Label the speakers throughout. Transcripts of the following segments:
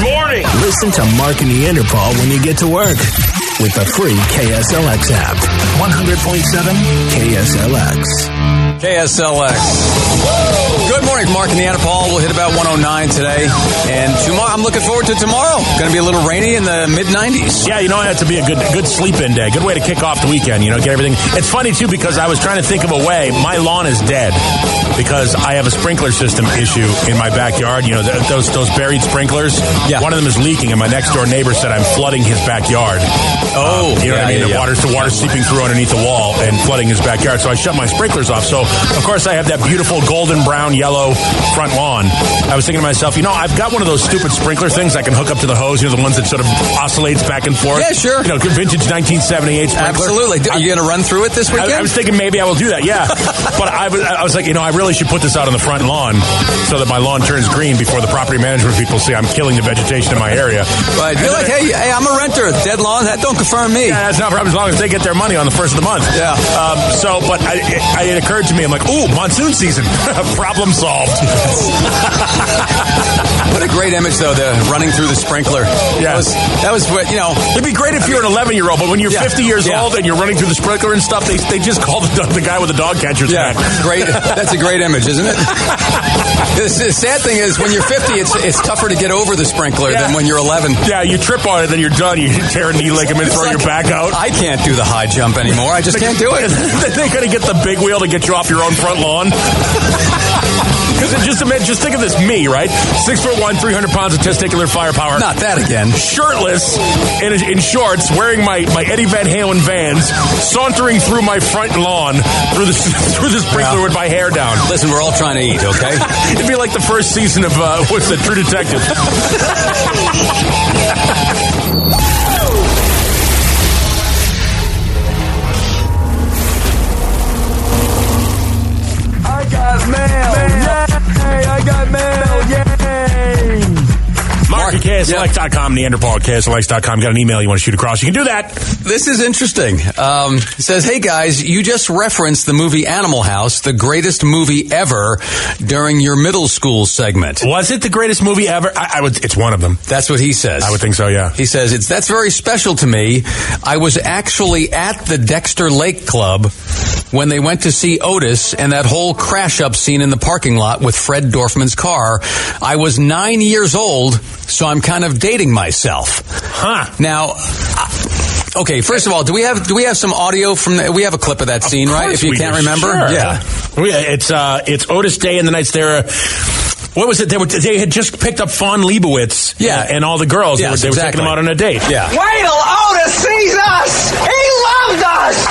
Speaker 1: morning.
Speaker 2: Listen to Mark and Neanderthal when you get to work with the free KSLX app. 100.7 KSLX.
Speaker 3: KSLX. Good morning, Mark and Anna Paul. We'll hit about 109 today. And tomorrow, I'm looking forward to tomorrow. Going to be a little rainy in the mid 90s.
Speaker 1: Yeah, you know that's to be a good good sleep in day. Good way to kick off the weekend. You know, get everything. It's funny too because I was trying to think of a way. My lawn is dead because I have a sprinkler system issue in my backyard. You know, th- those those buried sprinklers.
Speaker 3: Yeah.
Speaker 1: One of them is leaking, and my next door neighbor said I'm flooding his backyard.
Speaker 3: Oh, yeah,
Speaker 1: you know what I mean?
Speaker 3: yeah,
Speaker 1: the
Speaker 3: yeah.
Speaker 1: water's the water's seeping through underneath the wall and flooding his backyard. So I shut my sprinklers off. So of course I have that beautiful golden brown yellow front lawn. I was thinking to myself, you know, I've got one of those stupid sprinkler things I can hook up to the hose. You know, the ones that sort of oscillates back and forth.
Speaker 3: Yeah, sure.
Speaker 1: You know, vintage 1978 sprinkler.
Speaker 3: Absolutely. Are you going to run through it this weekend?
Speaker 1: I, I was thinking maybe I will do that, yeah. but I was, I was like, you know, I really should put this out on the front lawn so that my lawn turns green before the property management people see I'm killing the vegetation in my area.
Speaker 3: Right. You're like, hey, hey, I'm a renter. Dead lawn. That don't confirm me.
Speaker 1: Yeah, that's not a problem as long as they get their money on the first of the month.
Speaker 3: Yeah.
Speaker 1: Um, so, but I, it, I, it occurred to me, I'm like, ooh, monsoon season. problem solved.
Speaker 3: What a great image, though. The running through the sprinkler. That
Speaker 1: Yeah.
Speaker 3: was, that was what you know.
Speaker 1: It'd be great if you're an 11 year old, but when you're
Speaker 3: Yeah.
Speaker 1: 50 years
Speaker 3: Yeah.
Speaker 1: old and you're running through the sprinkler and stuff, they, they just call the, the guy with the dog catcher's
Speaker 3: Yeah,
Speaker 1: hat.
Speaker 3: great. That's a great image, isn't it? the, s- the sad thing is, when you're 50, it's it's tougher to get over the sprinkler
Speaker 1: Yeah.
Speaker 3: than when you're 11.
Speaker 1: Yeah, you trip on it, then you're done. You tear a knee ligament,
Speaker 3: It's
Speaker 1: throw your
Speaker 3: like,
Speaker 1: back out.
Speaker 3: I can't do the high jump anymore. I just can't do it.
Speaker 1: they gotta get the big wheel to get you off your own front lawn. Because just a minute, just think of this me, right? Six foot one, 300 pounds of testicular firepower.
Speaker 3: Not that again.
Speaker 1: Shirtless, in, in shorts, wearing my, my Eddie Van Halen vans, sauntering through my front lawn through the, through the sprinkler
Speaker 3: Yeah.
Speaker 1: with my hair down.
Speaker 3: Listen, we're all trying to eat, okay?
Speaker 1: It'd be like the first season of, uh, what's the True Detective?
Speaker 4: I got mail. Yay! I got mail. Yay!
Speaker 1: Mark
Speaker 3: Mark,
Speaker 1: at
Speaker 3: yeah.
Speaker 1: KSLX.com, Neanderthal at KSLX.com. Got an email you want to shoot across. You can do that.
Speaker 3: This is interesting. Um, it says, hey guys, you just referenced the movie Animal House, the greatest movie ever, during your middle school segment.
Speaker 1: Was it the greatest movie ever? I, I would, it's one of them.
Speaker 3: That's what he says.
Speaker 1: I would think so, yeah.
Speaker 3: He says, it's, that's very special to me. I was actually at the Dexter Lake Club when they went to see Otis and that whole crash up scene in the parking lot with Fred Dorfman's car. I was nine years old, so I'm kind of dating myself.
Speaker 1: Huh.
Speaker 3: Now, I- okay, first of all, do we have, do we have some audio from the, we have a clip of that scene, right?
Speaker 1: course
Speaker 3: If you
Speaker 1: we
Speaker 3: can't
Speaker 1: do,
Speaker 3: remember.
Speaker 1: sure.
Speaker 3: Yeah.
Speaker 1: We- it's uh, it's Otis Day and the Nights there. What was it? They were they had just picked up Fawn Leibowitz.
Speaker 3: Yeah.
Speaker 1: and, all the girls.
Speaker 3: Yes,
Speaker 1: they were, they
Speaker 3: exactly.
Speaker 1: were taking them out on a date.
Speaker 3: Yeah.
Speaker 5: Wait till Otis sees us! He loved us!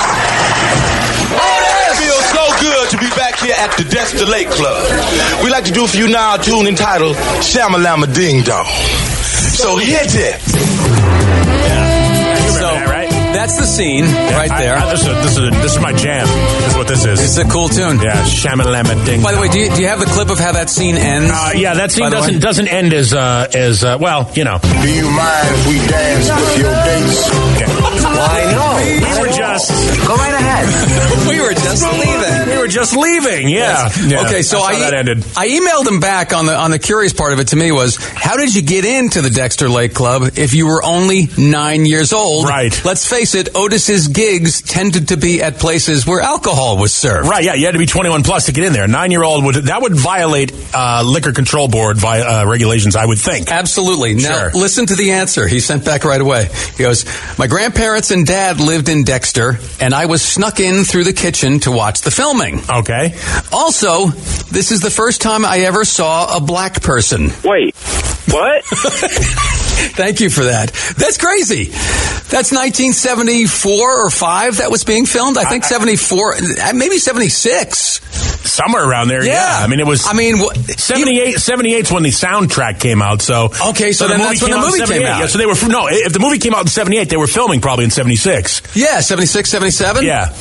Speaker 6: It feels so good to be back here at the Dexter Lake Club. We like to do for you now a tune entitled Shamalama Ding Dong. So hit it.
Speaker 1: You remember
Speaker 3: So
Speaker 1: that, right?
Speaker 3: that's the scene right
Speaker 1: I-
Speaker 3: there.
Speaker 1: I- this, is, this, is this is my jam. This is what this is.
Speaker 3: it's a cool tune.
Speaker 1: yeah, shamalama ding.
Speaker 3: By the way, do you, do you have the clip of how that scene ends?
Speaker 1: uh, yeah, that
Speaker 3: By
Speaker 1: scene
Speaker 3: the
Speaker 1: doesn't
Speaker 3: way?
Speaker 1: doesn't end as uh, as uh, well. You know,
Speaker 7: Do you mind if we dance with your dates?
Speaker 5: Why
Speaker 1: we
Speaker 5: no?
Speaker 1: were just
Speaker 5: Go right ahead.
Speaker 3: we were just leaving.
Speaker 1: we were just leaving. Yeah. Yeah.
Speaker 3: Okay, so
Speaker 1: That's
Speaker 3: I e-
Speaker 1: how that ended.
Speaker 3: I emailed him back on the on the curious part of it to me was how did you get into the Dexter Lake Club if you were only nine years old?
Speaker 1: Right.
Speaker 3: Let's face it, Otis's gigs tended to be at places where alcohol was served.
Speaker 1: Right, yeah, you had to be 21 plus to get in there. Nine year old would that would violate uh, liquor control board vi- uh, regulations, I would think.
Speaker 3: Absolutely. Now,
Speaker 1: Sure.
Speaker 3: listen to the answer he sent back right away. He goes, My grandparents and dad lived in Dexter, and I was snuck in through the kitchen to watch the filming.
Speaker 1: Okay,
Speaker 3: Also, this is the first time I ever saw a black person.
Speaker 8: Wait, what?
Speaker 3: Thank you for that. That's crazy. That's 1974 or 5 that was being filmed. I think 74, uh, maybe 76.
Speaker 1: somewhere around there. Yeah, I mean it was.
Speaker 3: I mean, wha-
Speaker 1: 78 78's when the soundtrack came out. So
Speaker 3: Okay, so then that's when the
Speaker 1: out in
Speaker 3: movie came
Speaker 1: 78.
Speaker 3: out.
Speaker 1: Yeah, so they were no. If the movie came out in seventy eight, they were filming probably in seventy six.
Speaker 3: yeah, 76, 77?
Speaker 1: Yeah.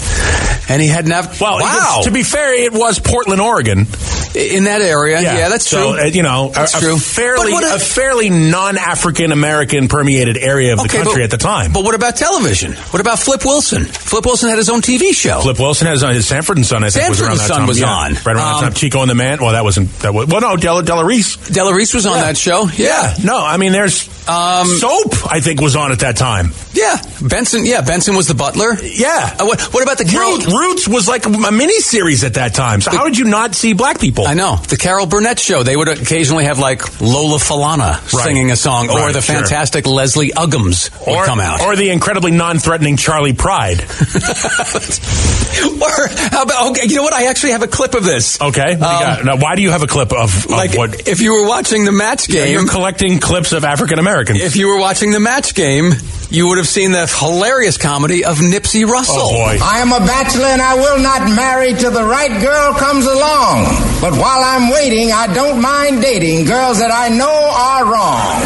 Speaker 3: And he had never.
Speaker 1: Well, it
Speaker 3: wow.
Speaker 1: was- to be fair, it was Portland, Oregon.
Speaker 3: in that area. Yeah, that's
Speaker 1: so,
Speaker 3: true.
Speaker 1: uh, you know,
Speaker 3: That's
Speaker 1: a, a
Speaker 3: true.
Speaker 1: fairly
Speaker 3: But what a-
Speaker 1: a fairly non-African American permeated area of the
Speaker 3: but,
Speaker 1: country at the time.
Speaker 3: But what about television? What about Flip Wilson? Flip Wilson had his own TV show.
Speaker 1: Flip Wilson has on his Sanford and Son. I think was
Speaker 3: Sanford
Speaker 1: around
Speaker 3: and
Speaker 1: that
Speaker 3: Son
Speaker 1: time.
Speaker 3: was
Speaker 1: Yeah,
Speaker 3: on.
Speaker 1: right around that
Speaker 3: Um,
Speaker 1: time. Chico and the Man. Well, that wasn't that was well. No, Della Della Reese.
Speaker 3: Della Reese was on that show. Yeah.
Speaker 1: No, I mean there's
Speaker 3: Um,
Speaker 1: soap. I think was on at that time.
Speaker 3: Yeah. Benson. Yeah. Benson was the butler.
Speaker 1: Yeah.
Speaker 3: Uh, what, what about the Carol?
Speaker 1: Root, Roots was like a mini series at that time. So how did you not see black people?
Speaker 3: I know the Carol Burnett show. They would occasionally have like Lola Falana
Speaker 1: Right.
Speaker 3: singing a song, or
Speaker 1: Right,
Speaker 3: the
Speaker 1: sure.
Speaker 3: fantastic Leslie Uggams would
Speaker 1: or
Speaker 3: come out.
Speaker 1: or the incredibly non-threatening Charlie Pride.
Speaker 3: or how about okay? You know what? I actually have a clip of this.
Speaker 1: Okay, what do you
Speaker 3: Um,
Speaker 1: got? now why do you have a clip of, of
Speaker 3: like uh,
Speaker 1: what?
Speaker 3: if you were watching the match
Speaker 1: Yeah,
Speaker 3: game,
Speaker 1: You're collecting clips of African Americans.
Speaker 3: if you were watching the match game, you would have seen the hilarious comedy of Nipsey Russell.
Speaker 1: oh boy.
Speaker 8: I am a bachelor and I will not marry till the right girl comes along. But while I'm waiting, I don't mind dating girls that I know are wrong.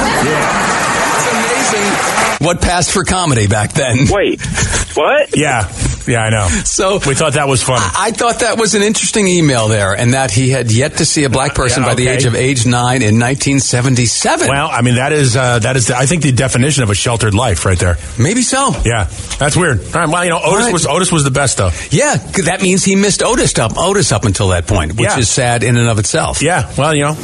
Speaker 3: It's amazing what passed for comedy back then.
Speaker 9: Wait, what?
Speaker 1: Yeah, yeah, I know.
Speaker 3: So
Speaker 1: We thought that was funny.
Speaker 3: I thought that was an interesting email there, and that he had yet to see a black person
Speaker 1: Uh, Yeah,
Speaker 3: by the
Speaker 1: okay.
Speaker 3: age of age nine in 1977.
Speaker 1: Well, I mean that is uh, that is the, I think the definition of a sheltered life right there.
Speaker 3: Maybe so.
Speaker 1: Yeah, that's weird. All right, well, you know, Otis
Speaker 3: Right.
Speaker 1: was Otis was the best though.
Speaker 3: Yeah, 'cause that means he missed Otis up, Otis up until that point, which
Speaker 1: Yeah.
Speaker 3: is sad in and of itself.
Speaker 1: Yeah, well, you know,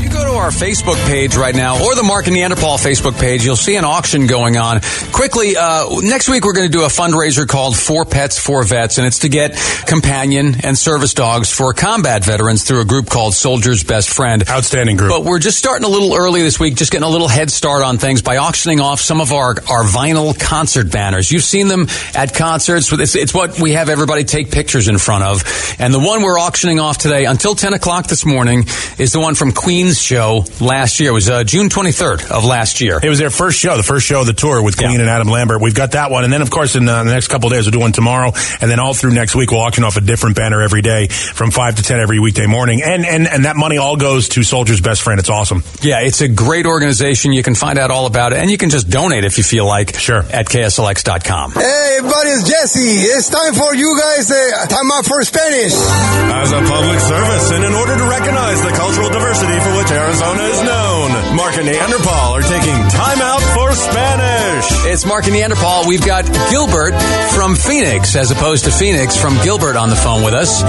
Speaker 3: You go to our Facebook page right now, or the Mark and Neanderthal Facebook page, you'll see an auction going on. Quickly, uh, next week we're going to do a fundraiser called Four Pets, Four Vets, and it's to get companion and service dogs for combat veterans through a group called Soldier's Best Friend.
Speaker 1: outstanding group.
Speaker 3: But we're just starting a little early this week, just getting a little head start on things by auctioning off some of our, our vinyl concert banners. You've seen them at concerts. It's, it's what we have everybody take pictures in front of. And the one we're auctioning off today until 10 o'clock this morning is the one from Queen's show last year. It was uh, June 23rd of last year.
Speaker 1: It was their first show, the first show of the tour with Queen
Speaker 3: Yeah.
Speaker 1: and Adam Lambert. We've got that one, and then of course in uh, the next couple of days we'll do one tomorrow, and then all through next week we'll auction off a different banner every day from five to ten every weekday morning, and and and that money all goes to Soldier's Best Friend. It's awesome.
Speaker 3: Yeah, it's a great organization. You can find out all about it, and you can just donate if you feel like
Speaker 1: Sure.
Speaker 3: at kslx.com.
Speaker 8: Hey, everybody, it's Jesse. It's time for you guys. Uh, time out for Spanish.
Speaker 10: As a public service, and in order to recognize the cultural diversity for which Arizona is known, Mark and Neanderthal are taking time out for Spanish.
Speaker 3: It's Mark and Neanderthal. We've got Gilbert from Phoenix, as opposed to Phoenix from Gilbert on the phone with us.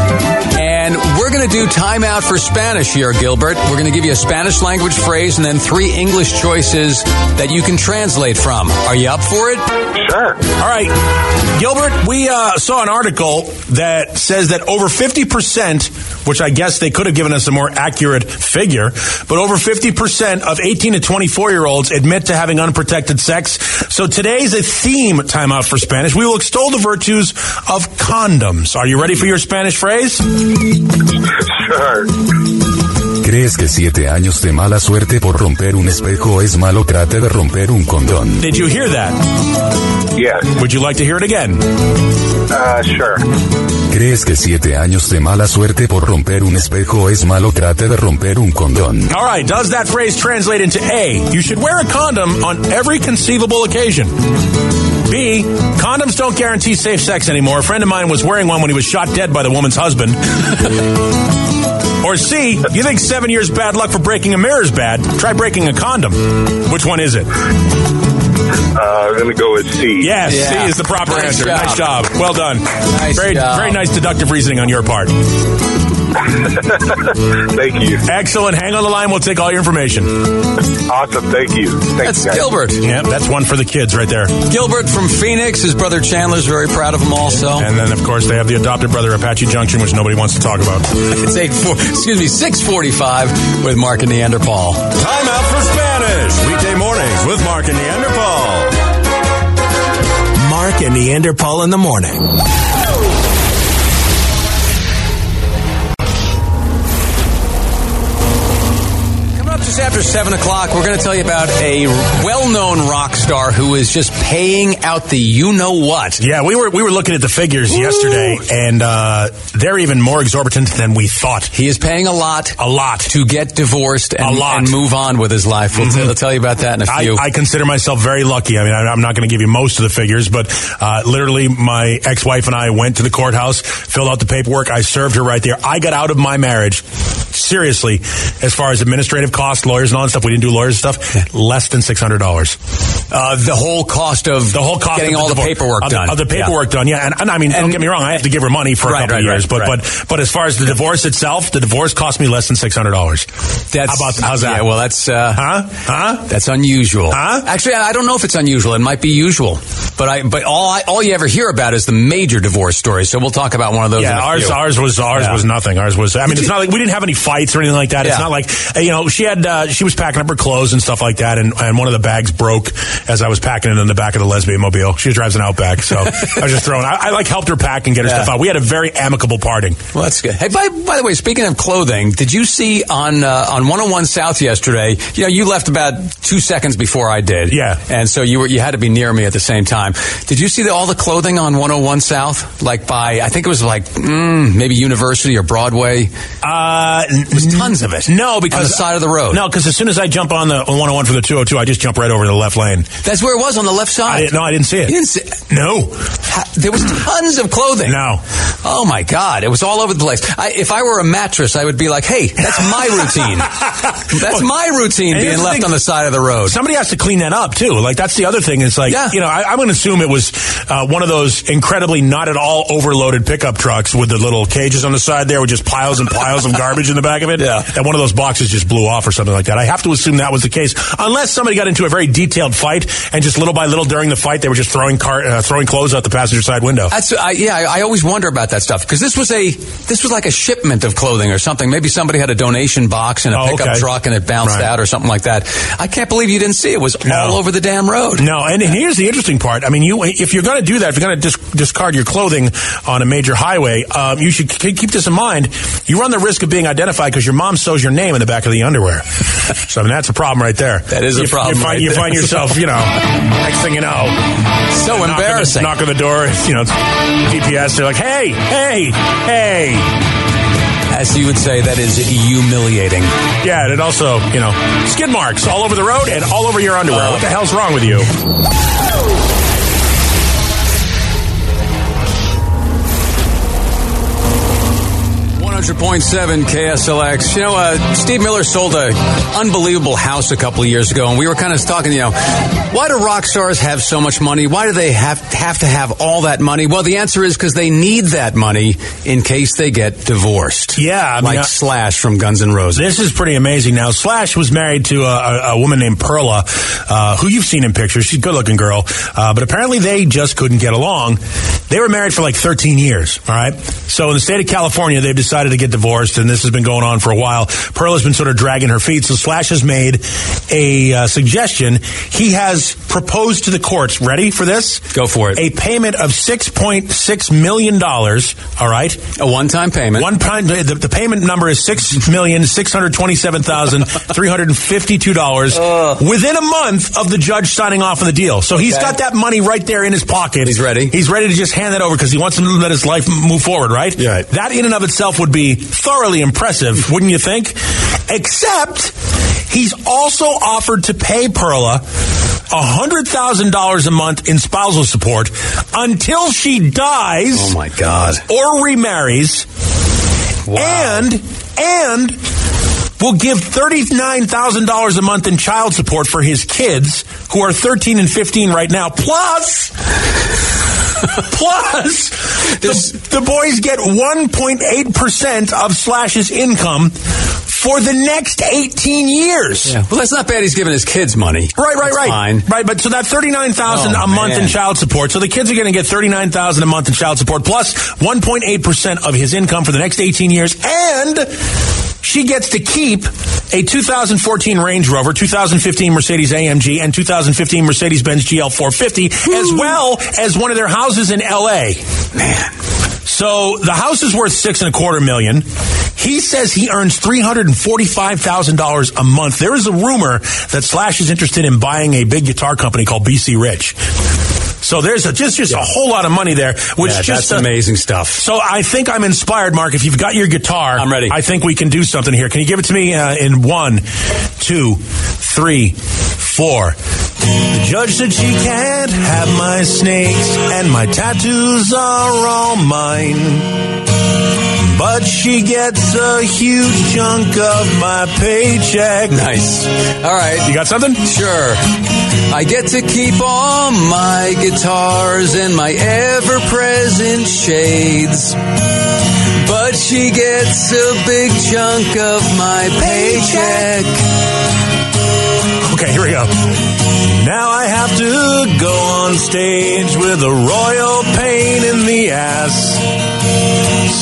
Speaker 3: And we're going to do time out for Spanish here, Gilbert. We're going to give you a Spanish language phrase and then three English choices that you can translate from. Are you up for it?
Speaker 9: Sure.
Speaker 1: All right, Gilbert, we uh, saw an article that says that over 50%, which I guess they could have given us a more accurate figure, but over 50% of 18 to 24 year olds admit to having unprotected sex. So today's a theme time out for Spanish. We will extol the virtues of condoms. Are you ready for your Spanish phrase?
Speaker 9: Sure.
Speaker 11: ¿Crees que siete años de mala suerte por romper un espejo es malo? Trata de romper un condón.
Speaker 1: Did you hear that?
Speaker 9: Yes.
Speaker 1: Would you like to hear it again?
Speaker 9: Uh, sure.
Speaker 11: ¿Crees que siete años de mala suerte por romper un espejo es malo? Trata de romper un condón.
Speaker 1: All right, does that phrase translate into A, you should wear a condom on every conceivable occasion? B, condoms don't guarantee safe sex anymore. A friend of mine was wearing one when he was shot dead by the woman's husband. or C, you think seven years bad luck for breaking a mirror is bad? Try breaking a condom. Which one is it?
Speaker 9: Uh, I'm gonna go with C.
Speaker 1: Yes,
Speaker 3: Yeah.
Speaker 1: C is the proper
Speaker 3: Nice
Speaker 1: answer.
Speaker 3: job.
Speaker 1: Nice job. Well done.
Speaker 3: Nice
Speaker 1: very,
Speaker 3: job.
Speaker 1: very nice deductive reasoning on your part.
Speaker 9: Thank you.
Speaker 1: Excellent. Hang on the line. We'll take all your information.
Speaker 9: Awesome. Thank you. Thank
Speaker 3: That's
Speaker 9: you guys.
Speaker 3: Gilbert.
Speaker 1: Yeah, that's one for the kids right there.
Speaker 3: Gilbert from Phoenix. His brother Chandler's very proud of him also.
Speaker 1: And then, of course, they have the adopted brother Apache Junction, which nobody wants to talk about.
Speaker 3: It's 8 four, excuse me, 645 with Mark and Neanderthal.
Speaker 10: Time out for Spanish, weekday mornings with Mark and Neanderthal.
Speaker 2: Mark and Neanderthal in the morning.
Speaker 3: Coming up just after 7 o'clock, we're going to tell you about a well known rock star who is just paying out the you know what.
Speaker 1: Yeah, we were we were looking at the figures yesterday, and uh, they're even more exorbitant than we thought.
Speaker 3: He is paying a lot,
Speaker 1: a lot
Speaker 3: to get divorced and,
Speaker 1: a lot.
Speaker 3: and move on with his life. We'll,
Speaker 1: Mhm.
Speaker 3: tell, we'll tell you about that in a
Speaker 1: I,
Speaker 3: few.
Speaker 1: I consider myself very lucky. I mean, I, I'm not going to give you most of the figures, but uh, literally, my ex-wife and I went to the courthouse, filled out the paperwork. I served her right there. I got out of my marriage. Seriously, as far as administrative costs, lawyers and all that stuff, we didn't do lawyers and stuff. Less than six hundred dollars.
Speaker 3: Uh, the whole cost of
Speaker 1: the whole cost
Speaker 3: getting
Speaker 1: of
Speaker 3: all the
Speaker 1: divorce-
Speaker 3: paperwork
Speaker 1: of the-
Speaker 3: done.
Speaker 1: of the
Speaker 3: Yeah.
Speaker 1: paperwork done. Yeah, and, and I mean, don't get me wrong, I have to give her money for a
Speaker 3: Right,
Speaker 1: couple
Speaker 3: right,
Speaker 1: of years,
Speaker 3: right,
Speaker 1: but
Speaker 3: right.
Speaker 1: but but as far as the divorce itself, the divorce cost me less than six hundred dollars.
Speaker 3: That's
Speaker 1: How about- how's that?
Speaker 3: Yeah, well, that's uh,
Speaker 1: huh, huh.
Speaker 3: That's unusual.
Speaker 1: Huh?
Speaker 3: Actually, I I don't know if it's unusual. It might be usual, but I but all I, all you ever hear about is the major divorce stories. So we'll talk about one of those. in
Speaker 1: Yeah,
Speaker 3: a
Speaker 1: ours
Speaker 3: few.
Speaker 1: ours was ours
Speaker 3: Yeah.
Speaker 1: was nothing. Ours was. I mean, it's not like we didn't have any fights or anything like that. It's
Speaker 3: Yeah.
Speaker 1: not like uh, you know she had uh, she was packing up her clothes and stuff like that, and, and one of the bags broke as I was packing it in the back of the lesbian mobile. She drives an Outback, so I was just throwing. I, I like helped her pack and get her
Speaker 3: Yeah.
Speaker 1: stuff out. We had a very amicable parting.
Speaker 3: Well, that's good. Hey, by, by the way, speaking of clothing, did you see on uh, on 101 South yesterday? You know, you left about two seconds before I did.
Speaker 1: Yeah.
Speaker 3: and so you were you had to be near me at the same time. Did you see the, all the clothing on 101 South? Like by I think it was like mm, maybe University or Broadway.
Speaker 1: Uh,
Speaker 3: There's tons of it.
Speaker 1: No, because
Speaker 3: on the side of the road.
Speaker 1: No, because as soon as I jump on the 101 for the 202, I just jump right over to the left lane.
Speaker 3: that's where it was on the left
Speaker 1: I
Speaker 3: side.
Speaker 1: didn't, no, I didn't see it.
Speaker 3: You didn't see-
Speaker 1: no,
Speaker 3: Ha- There was tons of clothing.
Speaker 1: no.
Speaker 3: Oh my God! It was all over the place. I, if I were a mattress, I would be like, "Hey, that's my routine. that's
Speaker 1: Well,
Speaker 3: my routine
Speaker 1: and here's
Speaker 3: being
Speaker 1: the
Speaker 3: left
Speaker 1: thing-
Speaker 3: on the side of the road."
Speaker 1: Somebody has to clean that up too. Like that's the other thing. It's like
Speaker 3: Yeah.
Speaker 1: you know, I, I'm going to assume it was uh, one of those incredibly not at all overloaded pickup trucks with the little cages on the side there with just piles and piles of garbage in the back of it.
Speaker 3: Yeah.
Speaker 1: And one of those boxes just blew off or something like that. I have to assume that was the case, unless somebody got into a very detailed fight and just little by little during the fight they were just throwing car uh, throwing clothes out the passenger side window.
Speaker 3: That's I, yeah. I, I always wonder about that stuff because this was a this was like a shipment of clothing or something. Maybe somebody had a donation box in a
Speaker 1: Oh,
Speaker 3: pickup
Speaker 1: okay.
Speaker 3: truck and it bounced
Speaker 1: Right.
Speaker 3: out or something like that. I can't believe you didn't see it. It was
Speaker 1: No.
Speaker 3: all over the damn road.
Speaker 1: No, and here's the interesting part. I mean, you if you're going to do that, if you're going to dis- discard your clothing on a major highway, um, you should k- keep this in mind. You run the risk of being identified because your mom sews your name in the back of the underwear. So I mean, that's a problem right there.
Speaker 3: That is a
Speaker 1: You-
Speaker 3: problem
Speaker 1: You find,
Speaker 3: right
Speaker 1: you
Speaker 3: there.
Speaker 1: find yourself, you know, next thing you know,
Speaker 3: So
Speaker 1: knock on the-
Speaker 3: embarrassing.
Speaker 1: Knock on the door, you know, GPS. They're like, hey, hey, hey.
Speaker 3: As you would say, that is humiliating.
Speaker 1: Yeah, and it also, you know, skid marks all over the road and all over your underwear.
Speaker 3: Oh.
Speaker 1: what the hell's wrong with you?
Speaker 3: One hundred point seven KSLX. You know, uh, Steve Miller sold a unbelievable house a couple of years ago, and we were kind of talking. You know, why do rock stars have so much money? Why do they have have to have all that money? Well, the answer is because they need that money in case they get divorced.
Speaker 1: Yeah, I mean, uh,
Speaker 3: like
Speaker 1: I-
Speaker 3: Slash from Guns N' Roses.
Speaker 1: This is pretty amazing. Now, Slash was married to a, a, a woman named Perla, uh, who you've seen in pictures. She's a good looking girl, uh, but apparently they just couldn't get along. They were married for like 13 years, all right? So in the state of California, they've decided to get divorced, and this has been going on for a while. Perla's been sort of dragging her feet, so Slash has made a uh, suggestion. He has proposed to the courts. Ready for this?
Speaker 3: Go for it.
Speaker 1: A payment of $6.6 million, all right?
Speaker 3: A one time payment.
Speaker 1: One prime, the, the payment number is six million six hundred twenty-seven thousand three hundred fifty-two dollars within a month of the judge signing off on the deal. So he's
Speaker 3: Okay.
Speaker 1: got that money right there in his pocket.
Speaker 3: He's ready.
Speaker 1: He's ready to just hand that over because he wants to let his life move forward. Right.
Speaker 3: Yeah, right.
Speaker 1: That in and of itself would be thoroughly impressive, wouldn't you think? Except he's also offered to pay Perla $100,000 a month in spousal support until she dies
Speaker 3: Oh my God.
Speaker 1: or remarries and and will give $39,000 a month in child support for his kids who are 13 and 15 right now plus plus
Speaker 3: There's-
Speaker 1: the, the boys get 1.8% of Slash's income for the next 18 years.
Speaker 3: Yeah. Well, that's not bad. He's giving his kids money.
Speaker 1: Right, right,
Speaker 3: That's
Speaker 1: right.
Speaker 3: Fine.
Speaker 1: Right, but so that thirty nine thousand
Speaker 3: Oh,
Speaker 1: a month
Speaker 3: man.
Speaker 1: in child support. So the kids are going to get thirty nine thousand a month in child support plus one point eight percent of his income for the next eighteen years, and she gets to keep a 2014 Range Rover, 2015 Mercedes AMG, and 2015 Mercedes Benz GL450, as well as one of their houses in LA. Man. So the house is worth six and a quarter million. He says he earns three hundred and forty-five thousand dollars a month. There is a rumor that Slash is interested in buying a big guitar company called BC Rich. So there's a, just just a whole lot of money there, which
Speaker 3: Yeah,
Speaker 1: just
Speaker 3: that's
Speaker 1: uh,
Speaker 3: amazing stuff.
Speaker 1: So I think I'm inspired, Mark. If you've got your guitar, I'm ready. I think we can do something here. Can you give it to me uh, in one, two, three, four? The judge said she can't have my snakes, and my tattoos are all mine. But she gets a huge chunk of my paycheck.
Speaker 3: Nice. All right.
Speaker 1: You got something?
Speaker 3: Sure. I get to keep all my guitars and my ever present shades. But she gets a big chunk of my paycheck.
Speaker 1: Okay, here we go. Now I have to go on stage with a royal pain in the ass.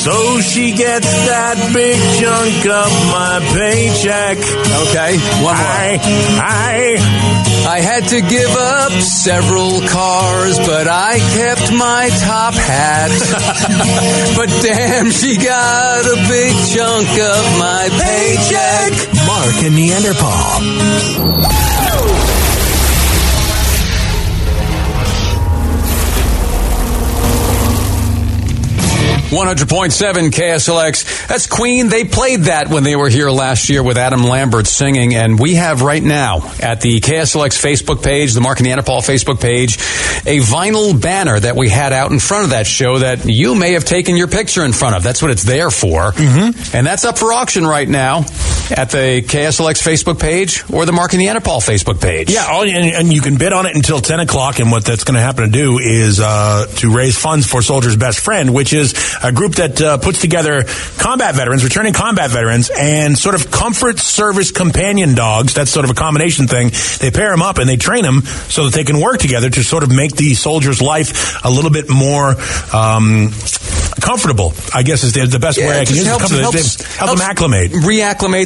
Speaker 1: So she gets that big chunk of my paycheck.
Speaker 3: Okay, one more.
Speaker 1: I,
Speaker 3: I had to give up several cars, but I kept my top hat. but damn, she got a big chunk of my paycheck.
Speaker 2: Mark and Neanderthal.
Speaker 3: One hundred point seven KSLX. That's Queen. They played that when they were here last year with Adam Lambert singing, and we have right now at the KSLX Facebook page, the Mark and Neanderthal Facebook page, a vinyl banner that we had out in front of that show that you may have taken your picture in front of. That's what it's there for, mm-hmm. and that's up for auction right now at the KSLX Facebook page or the Mark and Neanderthal Facebook page.
Speaker 1: Yeah, all, and, and you can bid on it until 10 o'clock. And what that's going to happen to do is uh, to raise funds for Soldier's Best Friend, which is a group that uh, puts together combat veterans, returning combat veterans, and sort of comfort service companion dogs. That's sort of a combination thing. They pair them up and they train them so that they can work together to sort of make the soldier's life a little bit more. Um, Comfortable, I guess is the, the best
Speaker 3: Yeah,
Speaker 1: way I
Speaker 3: it
Speaker 1: can
Speaker 3: just
Speaker 1: use it.
Speaker 3: helps-
Speaker 1: Comfortable.
Speaker 3: helps-
Speaker 1: They help them
Speaker 3: helps-
Speaker 1: acclimate.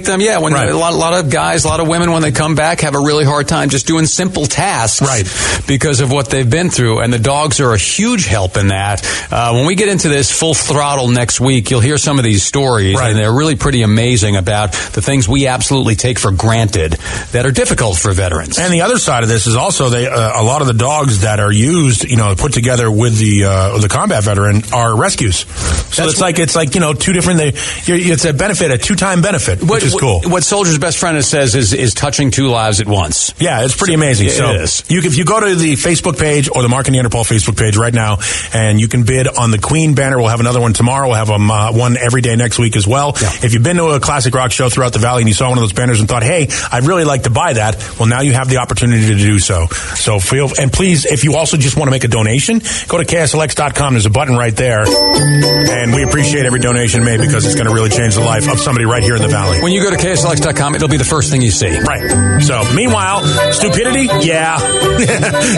Speaker 3: reacclimate them. Yeah, when
Speaker 1: Right.
Speaker 3: a, lot, a lot of guys, a lot of women, when they come back, have a really hard time just doing simple tasks,
Speaker 1: Right.
Speaker 3: Because of what they've been through, and the dogs are a huge help in that. Uh, when we get into this full throttle next week, you'll hear some of these stories,
Speaker 1: Right.
Speaker 3: and they're really pretty amazing about the things we absolutely take for granted that are difficult for veterans.
Speaker 1: And the other side of this is also they uh, a lot of the dogs that are used, you know, put together with the uh, the combat veteran are rescues. So it's like it's like you know two different. They you're, it's a benefit, a two time benefit,
Speaker 3: what,
Speaker 1: which is cool.
Speaker 3: What, what Soldier's Best Friend says is is touching two lives at once.
Speaker 1: yeah, it's pretty amazing.
Speaker 3: It
Speaker 1: so
Speaker 3: is.
Speaker 1: you can- if you go to the Facebook page or the Mark and Neanderthal Facebook page right now, and you can bid on the Queen banner. We'll have another one tomorrow. We'll have um, uh, one every day next week as well. If you've been to a classic rock show throughout the valley and you saw one of those banners and thought, "Hey, I'd really like to buy that," well, now you have the opportunity to do so. So feel and please, if you also just want to make a donation, go to kslx.com. There's a button right there, and we appreciate every donation made because it's going to really change the life of somebody right here in the valley.
Speaker 3: When you go to KSLX.com, it'll be the first thing you see.
Speaker 1: Right. So, meanwhile, stupidity, yeah.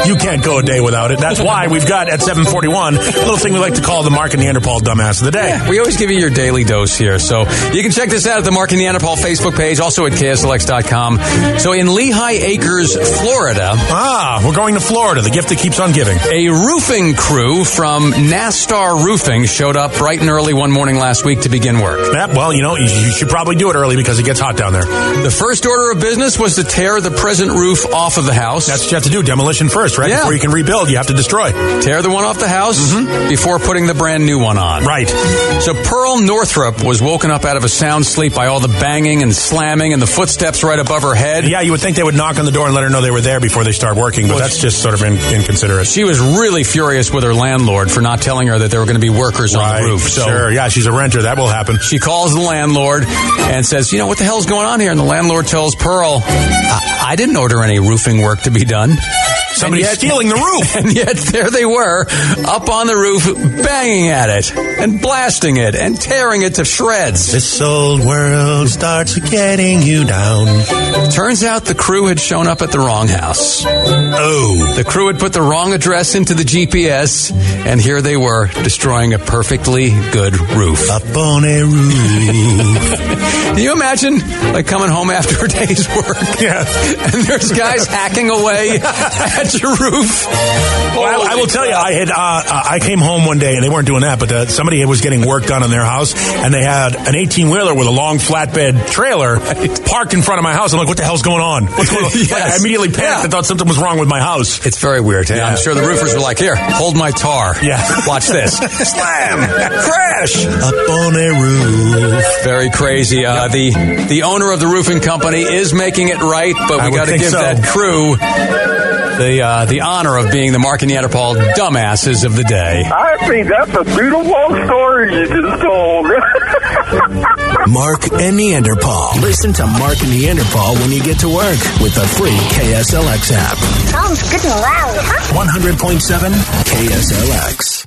Speaker 1: you can't go a day without it. That's why we've got at 741 a little thing we like to call the Mark and Neanderthal Dumbass of the Day.
Speaker 3: We always give you your daily dose here. So you can check this out at the Mark and Neanderthal Facebook page, also at KSLX.com. So in Lehigh Acres, Florida,
Speaker 1: Ah, we're going to Florida, the gift that keeps on giving.
Speaker 3: a roofing crew from Nastar Roofing showed up bright and early one morning last week to begin work.
Speaker 1: That, well, you know, you you should probably do it early because it gets hot down there.
Speaker 3: The first order of business was to tear the present roof off of the house.
Speaker 1: That's what you have to do. Demolition first, right?
Speaker 3: Yeah.
Speaker 1: Before you can rebuild, you have to destroy.
Speaker 3: tear the one off the house before putting the brand new one on.
Speaker 1: Mm-hmm. Right.
Speaker 3: So Pearl Northrup was woken up out of a sound sleep by all the banging and slamming and the footsteps right above her head.
Speaker 1: Yeah, you would think they would knock on the door and let her know they were there before they start working, but that's just sort of in, inconsiderate.
Speaker 3: She was really furious with her landlord for not telling her that there were going to be workers on
Speaker 1: Right.
Speaker 3: the roof. So
Speaker 1: Sure, yeah, she's a renter. That will happen.
Speaker 3: she calls the landlord and says, You know, what the hell's going on here? And the landlord tells Pearl, I, I didn't order any roofing work to be done.
Speaker 1: Somebody's
Speaker 3: yet-
Speaker 1: stealing the roof.
Speaker 3: And yet there they were, up on the roof, banging at it and blasting it and tearing it to shreds.
Speaker 1: This old world starts getting you down.
Speaker 3: Turns out the crew had shown up at the wrong house.
Speaker 1: Oh.
Speaker 3: The crew had put the wrong address into the GPS, and here they were, destroying a perfectly good roof.
Speaker 1: Up on a roof.
Speaker 3: Can you imagine like coming home after a day's work?
Speaker 1: Yeah.
Speaker 3: And there's guys hacking away at your roof.
Speaker 1: Well, I, I will tell you, I had uh, uh, I came home one day and they weren't doing that, but uh somebody was getting work done on their house, and they had an eighteen wheeler with a long flatbed trailer parked in front of my house. I'm like, what the hell's going on? What's going on? Like, I immediately panicked. I thought something was wrong with my house.
Speaker 3: It's very weird. Yeah. I'm sure the roofers were like, "Here, hold my tar."
Speaker 1: Yeah.
Speaker 3: Watch this.
Speaker 1: Slam!
Speaker 3: Crash!
Speaker 1: Up on a roof.
Speaker 3: Very crazy. Uh, The the owner of the roofing company is making it right, but
Speaker 1: I
Speaker 3: we
Speaker 1: would
Speaker 3: got to
Speaker 1: think
Speaker 3: give
Speaker 1: so.
Speaker 3: that crew the uh, the honor of being the Mark and Neanderthal dumbasses of the day.
Speaker 9: I think that's a beautiful story you just told.
Speaker 2: Mark and Neanderthal. Listen to Mark and Neanderthal when you get to work with the free KSLX app.
Speaker 12: Sounds good and loud, huh?
Speaker 2: 100.7 KSLX.